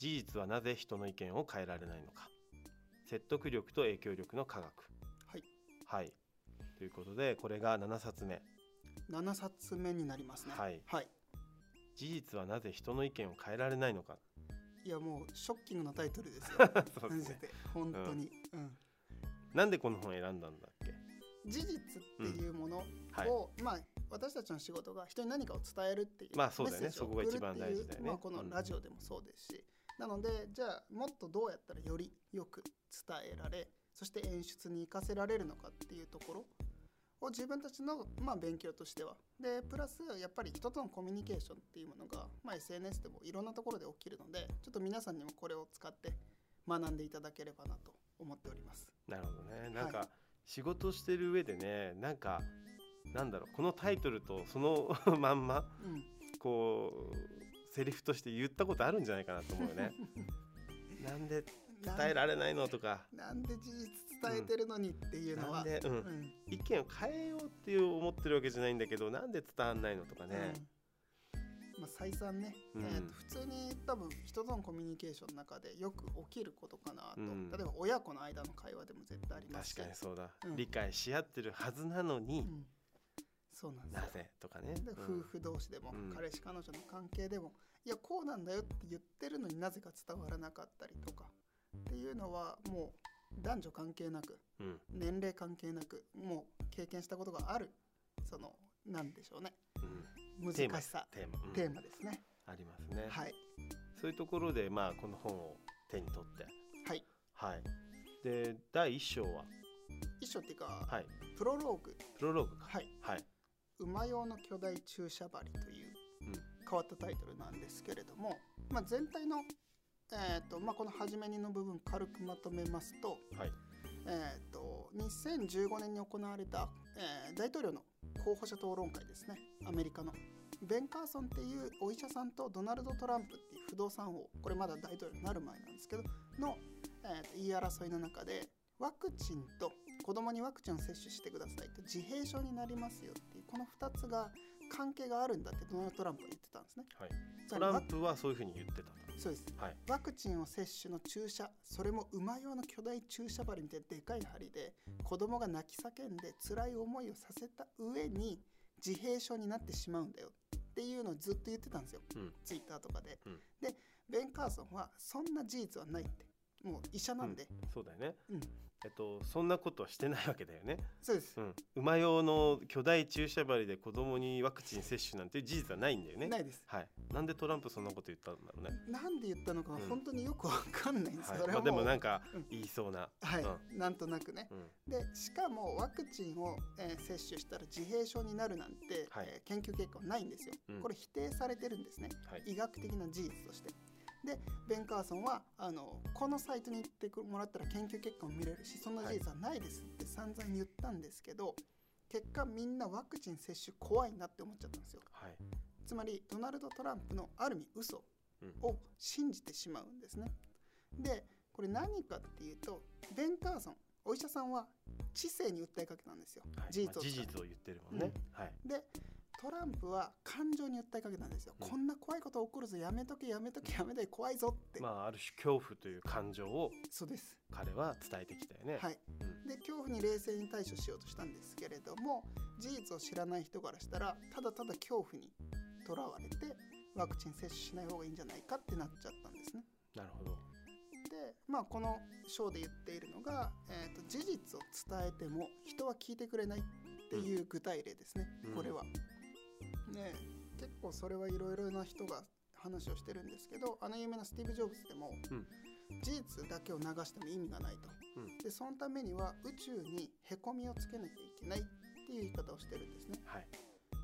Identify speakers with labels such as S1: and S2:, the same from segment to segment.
S1: 術はなぜ人の意見を変えられないのか説得力と影響力の科学
S2: はい
S1: はいということでこれが7冊目
S2: 7冊目になりますね
S1: はい
S2: はい、
S1: 事実はなぜ人の意見を変えられないのか
S2: いやもうショッキングなタイトルですよ
S1: そうです
S2: マジ
S1: ね
S2: で本当に、うん
S1: なんでこの本を選んだんだっけ
S2: 事実っていうものを、
S1: はい
S2: まあ私たちの仕事が人に何かを伝えるっていう
S1: まあそうだよね
S2: メッセージを
S1: そこが一番
S2: 送るっていう
S1: 大事だよね
S2: まあ、このラジオでもそうですし、なのでじゃあもっとどうやったらよりよく伝えられそして演出に活かせられるのかっていうところを自分たちの、まあ、勉強としてはでプラスやっぱり人とのコミュニケーションっていうものが、まあ、SNS でもいろんなところで起きるのでちょっと皆さんにもこれを使って学んでいただければなと思っております。
S1: なるほどねなん
S2: はい
S1: か仕事してる上でねなんかなんだろうこのタイトルとその まんま
S2: うん
S1: こうセリフとして言ったことあるんじゃないかなと思うよ ね。なんで伝えられないのとか
S2: なんで事実伝えてるのにっていうの
S1: な
S2: は、
S1: んで、うん
S2: うん
S1: 意見を変えようっていう思ってるわけじゃないんだけどなんで伝わんないのとかね、
S2: うんまあ、再三ね、
S1: うん
S2: えーと普通に多分人とのコミュニケーションの中でよく起きることかな
S1: う
S2: と、
S1: ん
S2: 例えば親子の間の会話でも絶対あります
S1: 確
S2: し
S1: かにそうだ、
S2: うん
S1: 理解し合ってるはずなのに、
S2: うんそうなんです
S1: な
S2: よ
S1: ぜとかね。
S2: で
S1: うん
S2: 夫婦同士でも、
S1: うん
S2: 彼氏彼女の関係でもいやこうなんだよって言ってるのになぜか伝わらなかったりとかっていうのはもう男女関係なく
S1: うん
S2: 年齢関係なくもう経験したことがあるそのなんでしょうね
S1: うん
S2: 難
S1: テーマ
S2: しさ
S1: テーマ,うん、
S2: テーマですね
S1: ありますね、
S2: はい
S1: そういうところで、まあ、この本を手に取って、
S2: はい
S1: はい、で第1章は、
S2: 一章っていうか、
S1: はい、
S2: プロローグ
S1: プロローグか。
S2: はい
S1: はい
S2: 馬用の巨大注射針という
S1: うん
S2: 変わったタイトルなんですけれども、まあ、全体の、えーとまあ、この初めにの部分軽くまとめますと,、
S1: はい
S2: えー、と2015年に行われた、えー大統領の候補者討論会ですねアメリカの。ベン・カーソンっていうお医者さんとドナルド・トランプっていう不動産王これまだ大統領になる前なんですけどの、えーと言い争いの中でワクチンと子供にワクチンを接種してくださいと自閉症になりますよっていうこの2つが関係があるんだってドナルド・トランプは言ってたんですね。
S1: はい、
S2: つま
S1: ト
S2: り
S1: ランプはそういうふうに言ってたと。
S2: そうです
S1: はい
S2: ワクチンを接種の注射それも馬用の巨大注射針みたいなでかい針で子供が泣き叫んで辛い思いをさせた上に自閉症になってしまうんだよっていうのをずっと言ってたんですよ、
S1: うん
S2: ツイッターとかで、
S1: うん
S2: でベン・カーソンはそんな事実はないってもう医者なんで、
S1: そうだよね、
S2: うん
S1: えっと、そんなことはしてないわけだよね、
S2: そうです、
S1: うん、馬用の巨大注射針で子供にワクチン接種なんていう事実はないんだよね
S2: ないです
S1: はい、なんでトランプそんなこと言ったんだろうね、
S2: なんで言ったのかは
S1: うん
S2: 本当によくわかんないんです、
S1: はい
S2: それ
S1: ま
S2: は
S1: あ、でも
S2: もう、
S1: なんか
S2: うん
S1: 言いそうな、
S2: はい、
S1: う
S2: なんとなくね
S1: うん
S2: でしかもワクチンを、えー接種したら自閉症になるなんて、
S1: はい
S2: えー研究結果はないんですよ、
S1: うん
S2: これ否定されてるんですね
S1: はい
S2: 医学的な事実としてでベン・カーソンはあのこのサイトに行ってくもらったら研究結果も見れるしそんな事実はないですって散々言ったんですけど、結果みんなワクチン接種怖いなって思っちゃったんですよ
S1: はい
S2: つまりドナルド・トランプのある意味嘘
S1: うん
S2: を信じてしまうんですね。でこれ何かっていうとベン・カーソンお医者さんは知性に訴えかけたんですよ、
S1: はい
S2: 事実
S1: ま
S2: を
S1: あ
S2: 使
S1: 事
S2: って、
S1: 実を言ってるもんね、はい
S2: でトランプは感情に訴えかけたんですよ、
S1: うん
S2: こんな怖いこと起こるぞやめとけやめとけやめとけ怖いぞって、
S1: まあある種恐怖という感情を
S2: そうです
S1: 彼は伝えてきたよね、
S2: はい、
S1: うん
S2: で恐怖に冷静に対処しようとしたんですけれども事実を知らない人からしたらただただ恐怖にとらわれてワクチン接種しない方がいいんじゃないかってなっちゃったんですね。
S1: なるほど
S2: で、まあ、この章で言っているのが、えーと事実を伝えても人は聞いてくれないっていう具体例ですね、
S1: うん
S2: これは。ね結構それはいろいろな人が話をしてるんですけどあの有名なスティーブ・ジョブズでも、
S1: うん
S2: 事実だけを流しても意味がないと、
S1: うん
S2: でそのためには宇宙にへこみをつけなきゃいけないっていう言い方をしてるんですね。
S1: はい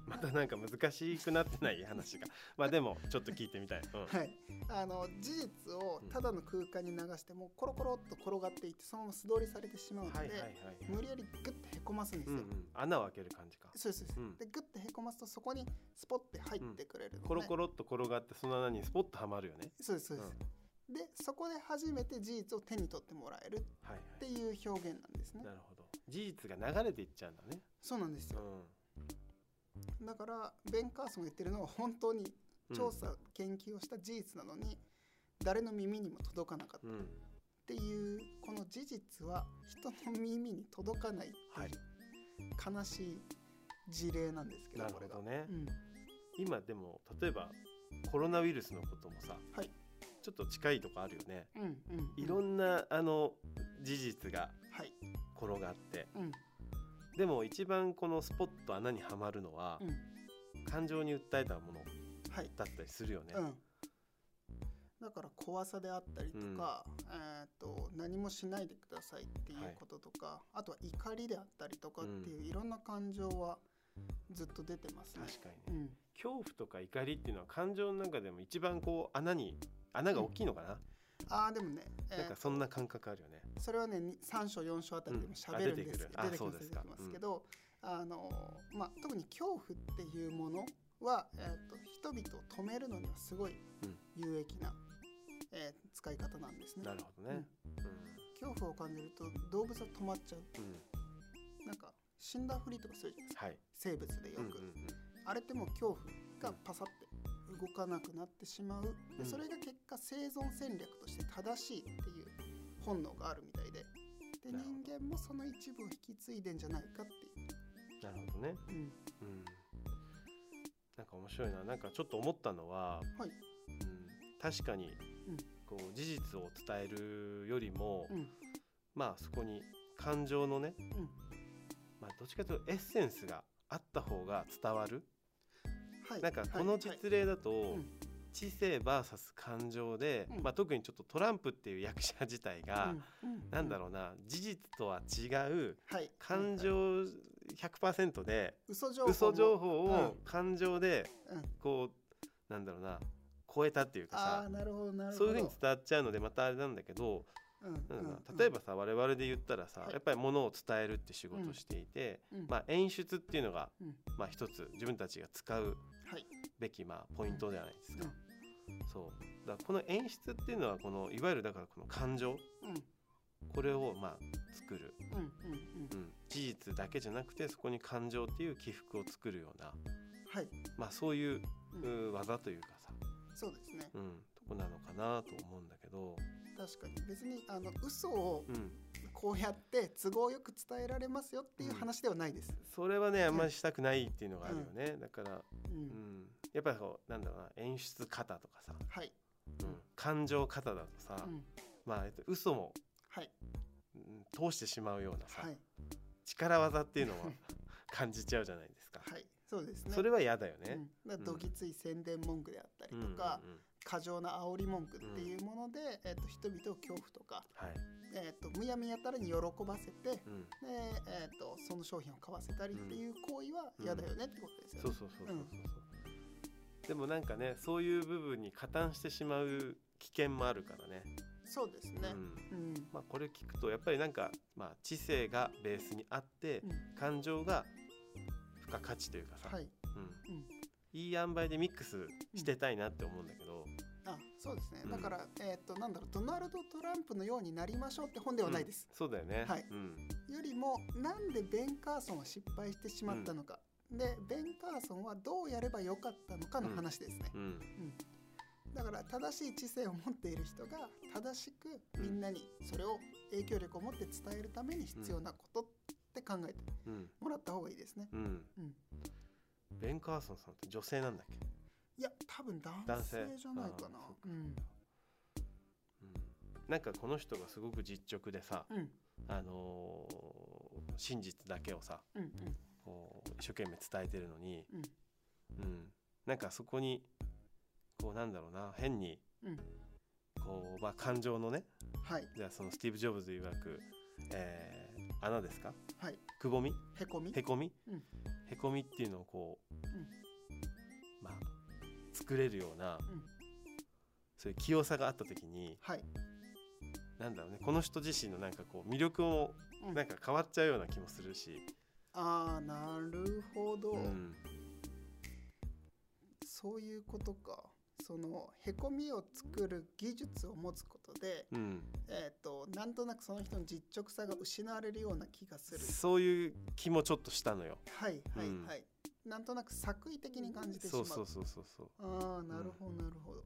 S1: またなんか難しくなってない話 がまあでもちょっと聞いてみたい、うん
S2: はい、あの事実をただの空間に流してもコロコロっと転がっていってそのまま素通りされてしまうので、
S1: はいはいはい
S2: 無理やりグッてへこますんです
S1: うん
S2: よ、
S1: うん、穴を開ける感じか
S2: そうですそうです、
S1: うん
S2: でグッてへこますとそこにスポッて入ってくれるので、
S1: コロコロっと転がってその穴にスポッとはまるよね
S2: そうですそうです、でそこで初めて事実を手に取ってもらえるっ
S1: はいは
S2: ていう表現なんですね
S1: いなるほど事実が流れていっちゃうんだね
S2: そうなんです
S1: う
S2: よ
S1: ん
S2: だからベン・カーソンが言ってるのは本当に
S1: うん
S2: 調査、研究をした事実なのに誰の耳にも届かなかった
S1: う
S2: っ
S1: ん
S2: ていうこの事実は人の耳に届かないって
S1: はい
S2: いう悲しい事例なんですけど
S1: なる
S2: こ
S1: ほ
S2: れが
S1: ど。ね
S2: う、ん
S1: 今でも例えばコロナウイルスのこともさ、
S2: はい
S1: ちょっと近いとこあるよね
S2: うんうんうん
S1: いろんなあの事実が
S2: はい
S1: 転がって
S2: うん
S1: でも一番このスポッと穴にはまるのは、
S2: うん
S1: 感情に訴えたもの
S2: はい
S1: だったりするよね、
S2: うん、だから怖さであったりとか、えー、と何もしないでくださいっていうこととか、あとは怒りであったりとかっていういろんな感情はずっと出てますね。
S1: 確かにね、
S2: うん、
S1: 恐怖とか怒りっていうのは感情の中でも一番こう穴に穴が大きいのかな、
S2: ああでもね、えー
S1: なんかそんな感覚あるよね、
S2: それはねに3章4章あたりでも喋るんですけど、
S1: うんあ出
S2: 出
S1: て
S2: てき
S1: くる
S2: ます
S1: あそうですか
S2: 出てきますけど、あのーまあ、特に恐怖っていうものは、えー、と人々を止めるのにはすごい
S1: うん
S2: 有益な、えー使い方なんですね
S1: な。るほどね、
S2: 恐怖を感じると動物は止まっちゃう
S1: うんうん
S2: なんか死んだふりとかするじゃないですか
S1: はい、
S2: 生物でよ
S1: うんうん
S2: く、あれってもう恐怖がパサって動かなくなってしまう
S1: う
S2: で
S1: ん
S2: それが結果生存戦略として正しいっていう本能があるみたいでで
S1: なるほど
S2: 人間もその一部を引き継いでんじゃないかってい
S1: うんなるほどね、
S2: う、うん、
S1: うん、なんか面白いななんかちょっと思ったのは、
S2: はい
S1: うん、確かに
S2: うん
S1: こう事実を伝えるよりも、
S2: うん
S1: まあそこに感情のね、
S2: ん
S1: まあ、どっちかというとエッセンスがあった方が伝わる
S2: はい
S1: なんかこの
S2: はい
S1: 実例だ
S2: う
S1: と
S2: ん
S1: 知性 VS 感情で、
S2: うん
S1: まあ、特にちょっとトランプっていう役者自体
S2: は
S1: が、
S2: いうん
S1: なんだろうな事実とは違う
S2: うんはい
S1: 感
S2: はい
S1: 情100%で
S2: 嘘情報も
S1: 嘘情報を
S2: う
S1: 感情で
S2: うん
S1: こうなんだろうな超えたっていう
S2: あ
S1: か
S2: あなるほどな
S1: さそ
S2: るほ
S1: う
S2: ど
S1: いうふうに伝わっちゃうのでまたあれなんだけど
S2: うん
S1: なんだろうな
S2: うん
S1: 例えばさ我々で言ったらさ
S2: はい
S1: やっぱりものを伝えるって仕事をしていて
S2: うん
S1: まあ演出っていうのが
S2: うん
S1: まあ一つ自分たちが使う
S2: はい
S1: べきまあポイントじゃないですか。そうだからこの演出っていうのはこのいわゆるだからこの感情
S2: うん
S1: これをまあ作る、
S2: うんうんうん
S1: うん、事実だけじゃなくてそこに感情っていう起伏を作るような、
S2: はい
S1: まあ、そういう
S2: うん
S1: う技というかさ、
S2: そうですね
S1: うん、とこなのかなと思うんだけど、
S2: 確かに別にあの嘘を
S1: うん、
S2: こうやって都合よく伝えられますよっていう話ではないです。
S1: それはねあんまりしたくないっていうのがあるよね、だから、
S2: うん
S1: うん、やっぱりこうなんだろうな演出方とかさ、
S2: はい、
S1: うん、感情方だとさ、
S2: うん
S1: まあえっと嘘も、
S2: はい
S1: うん通してしまうようなさ、
S2: はい
S1: 力技っていうのは感じちゃうじゃないですか。
S2: はいそうですね。
S1: それは嫌だよね。
S2: うん、だからどぎつい宣伝文句であったり
S1: うん
S2: とか、
S1: うんうん
S2: 過剰な煽り文句っていうもので、えっと人々を恐怖とか、
S1: はい、
S2: えっとむやみやたらに喜ばせて。
S1: うん、
S2: でえっとその商品を買わせたりっていう行為は嫌だよねってことですよ
S1: そ
S2: ね
S1: う。そうそうそうそうそう、でもなんかねそういう部分に加担してしまう危険もあるからね
S2: そうですね
S1: う。ん
S2: うん
S1: まあ、これ聞くとやっぱりなんか、まあ、知性がベースにあって、
S2: うん
S1: 感情が付加価値というかさ、
S2: はい、
S1: うん、
S2: うん
S1: いい塩梅でミックスしてたいなって思うんだけど、
S2: あそうですね、
S1: うん
S2: だから、えっとなんだろうドナルド・トランプのようになりましょうって本ではないです、
S1: そうだよね、
S2: はい
S1: うん
S2: よりもなんでベン・カーソンは失敗してしまったのか、でベン・カーソンはどうやればよかったのかの話ですね、
S1: うん
S2: だから正しい知性を持っている人が正しくみんなにそれを影響力を持って伝えるために必要なことって考えて
S1: うん
S2: もらった方がいいですね
S1: うん
S2: うん
S1: ベン・カーソンさんって女性なんだっけ、
S2: いや多分男
S1: 男
S2: 性
S1: 性
S2: じゃないかな
S1: あーそっか
S2: うん
S1: うん、なんかこの人がすごく実直でさ、
S2: うん
S1: あのー真実だけをさ
S2: うんうん
S1: こう一生懸命伝えてるのに、
S2: うん
S1: うん、なんかそこにこうなんだろうな変に
S2: うん
S1: こう、まあ、感情のね
S2: はい
S1: じゃあそのスティーブ・ジョブズ曰く、えー穴ですか
S2: はい
S1: くぼみ
S2: へこみ
S1: へこみ、
S2: うん
S1: へこみっていうのをこう、
S2: ん
S1: まあ作れるような、
S2: ん
S1: そういう器用さがあった時に
S2: はい、
S1: なんだろうねこの人自身のなんかこう魅力も
S2: うん
S1: なんか変わっちゃうような気もするし、
S2: ああなるほど、
S1: うん
S2: そういうことかそのへこみを作る技術を持つことで、
S1: うん、
S2: えー、となんとなくその人の実直さが失われるような気がする
S1: そういう気もちょっとしたのよ。
S2: はいはい
S1: うん
S2: はい、なんとなく作為的に感じてし
S1: そ
S2: ま
S1: ううそうそうそうそう。
S2: ああなるほどなるほど、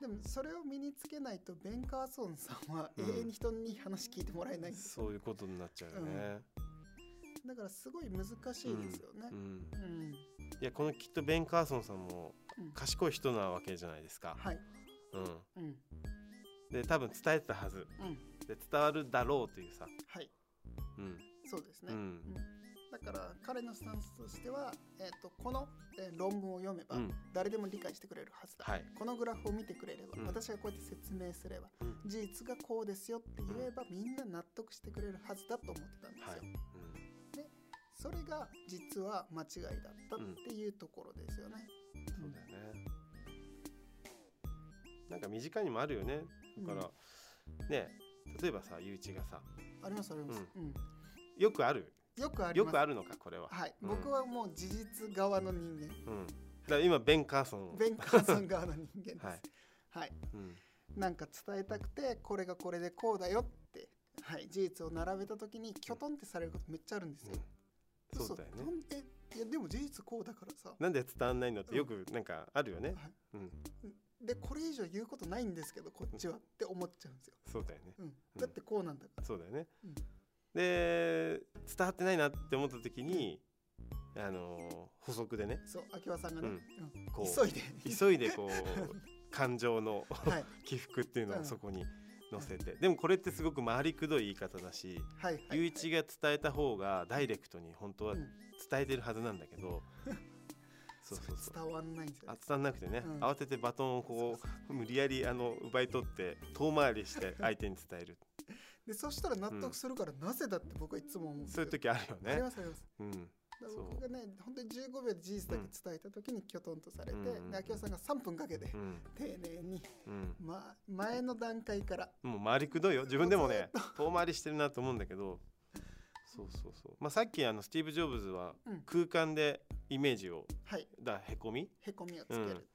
S2: でもそれを身につけないとベン・カーソンさんは
S1: う
S2: 永
S1: ん
S2: 遠に人にいい話聞いてもらえない、
S1: そういうことになっちゃうよね。
S2: だからすごい難しいですよね。
S1: うん
S2: うん
S1: いやこのきっとベン・カーソンさんも
S2: うん
S1: 賢い人なわけじゃないですか。
S2: はい、
S1: うん、
S2: うん
S1: で多分伝えてたはず
S2: うん、
S1: で伝わるだろうというさ。
S2: はい
S1: うん
S2: そうです
S1: う
S2: ね、
S1: ん
S2: だから彼のスタンスとしては、えー、とこの、えー論文を読めば
S1: うん
S2: 誰でも理解してくれるはずだ、
S1: はい
S2: このグラフを見てくれれば、
S1: うん
S2: 私がこうやって説明すれば、
S1: うん
S2: 事実がこうですよって言えば、みんな納得してくれるはずだと思ってたんですよ、
S1: はい
S2: それが実は間違いだったっていうところですよね、
S1: うん、そうだよね。なんか身近にもあるよね。だから、ね例えばさゆういちがさ
S2: ありますあります、うん
S1: よくある
S2: よくあり
S1: よ
S2: ます
S1: くあるのかこれは。
S2: はい、
S1: うん
S2: 僕はもう事実側の人間
S1: うん、だから今ベン・カーソンを
S2: ベンカーソン側の人間で す
S1: はい
S2: はい、
S1: うん
S2: なんか伝えたくてこれがこれでこうだよって、はい、事実を並べた時にキョトンってされることめっちゃあるんですよ。
S1: うんそうだよね
S2: 嘘。とんえいやでも事実こうだからさ
S1: なんで伝わんないのってよくなんかあるよね。
S2: はい
S1: うん、
S2: でこれ以上言うことないんですけどこっちはって思っちゃうんですよ。
S1: そうだよね。
S2: うんだってこうなんだから。
S1: そうだよね。
S2: うん
S1: で伝わってないなって思った時に、あのー補足でね、
S2: そう秋葉さんがね、
S1: うん
S2: うん
S1: こう
S2: 急いで
S1: 急いでこ う感情の
S2: はい
S1: 起伏っていうの
S2: う
S1: を
S2: ん
S1: そこに載せて、でもこれってすごく回りくどい言い方だし、
S2: はいはい、
S1: 雄一が伝えた方がダイレクトに本当は
S2: うん
S1: 伝えてるはずなんだけ ど、そうそうそう。
S2: 伝わんないんですよ、
S1: あ
S2: ね。
S1: 伝わんなくてね、
S2: うん
S1: 慌ててバトンをこう無理やりあの奪い取って遠回りして相手に伝える
S2: でそしたら納得するから、なぜだって僕はいつも思うんです
S1: そ
S2: よ。
S1: ういう時あるよ
S2: あり
S1: ね。
S2: ますあります。
S1: うん、
S2: だから
S1: そう
S2: 僕がね本当に15秒で事実だけ伝えた時にきょとんとされて、
S1: うんうんうん
S2: で秋葉さんが3分かけて
S1: うん、
S2: 丁寧に、
S1: うん。
S2: ま、前の段階から
S1: もう回りくどいよ自分でも ね遠回りしてるなと思うんだけどそうそうそう、まあ、さっきあのスティーブ・ジョブズは
S2: うん
S1: 空間でイメージを
S2: はい
S1: だへこみっ
S2: へこみをつける、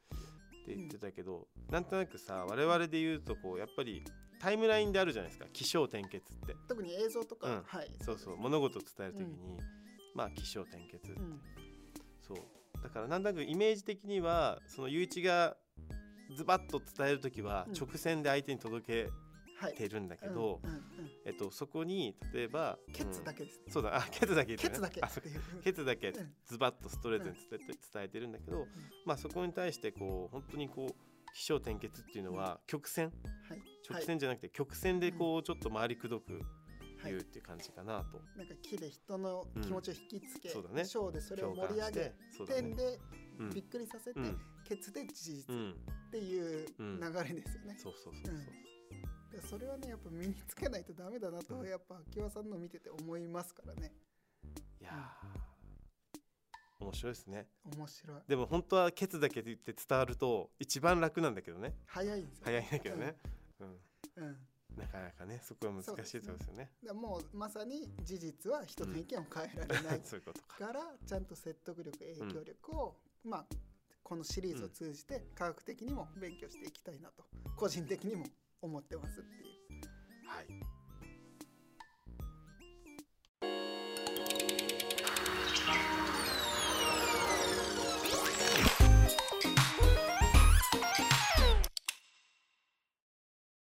S1: て言ってたけど、なんとなくさ我々で言うとこうやっぱりタイムラインであるじゃないですか起承転結って
S2: 特に映像とか、
S1: うん
S2: はい
S1: そうそう物事を伝える時に、まあ起承転結、
S2: うん
S1: そうだからなんとなくイメージ的にはその雄一がズバッと伝える時は
S2: うん
S1: 直線で相手に届
S2: はい
S1: けてるんだけど、
S2: うんうんうん
S1: えっと、そこに例えば
S2: ケツだ
S1: け、
S2: けですね、
S1: うんそうだあケツだけ言って
S2: ケ
S1: ね
S2: ツだけ
S1: あ
S2: っ
S1: そう
S2: ていう
S1: ケツだけ
S2: うん
S1: ズバッとストレートに伝えて,、伝えてるんだけど、まあ、そこに対してこう本当にこう起承転結っていうのは曲線
S2: はい
S1: 直線じゃなくて曲線でこうちょっと回りくどく
S2: はい
S1: 言う
S2: は
S1: っていう感じかなと、
S2: い、なんか木で人の気持ちを引きつけ、
S1: うんそうだね
S2: ショーでそれを
S1: 共
S2: 盛
S1: 感
S2: り上
S1: し
S2: げ、
S1: てそうだ
S2: 点
S1: ね
S2: で
S1: うん
S2: びっくりさせて、
S1: うん
S2: ケツで事実
S1: う
S2: っ
S1: ん
S2: ていう流
S1: うん
S2: れですよね、
S1: そうそうそうそう、
S2: でそれはねやっぱ身につけないとダメだなと、
S1: うん
S2: やっぱ秋葉さんの見てて思いますからね
S1: いやー面白いですね
S2: 面白い
S1: でも本当はケツだけで言って伝わると一番楽なんだけどね
S2: 早いんですよ、
S1: 早いんだけどね、うん、
S2: うん、
S1: なかなかねそこは難しいところですよね
S2: でもうまさに事実は人の意見を変えられない
S1: そういうことか。
S2: からちゃんと説得力影響力を、まあこのシリーズを通じて科学的にも勉強していきたいなと個人的にも思ってますっていう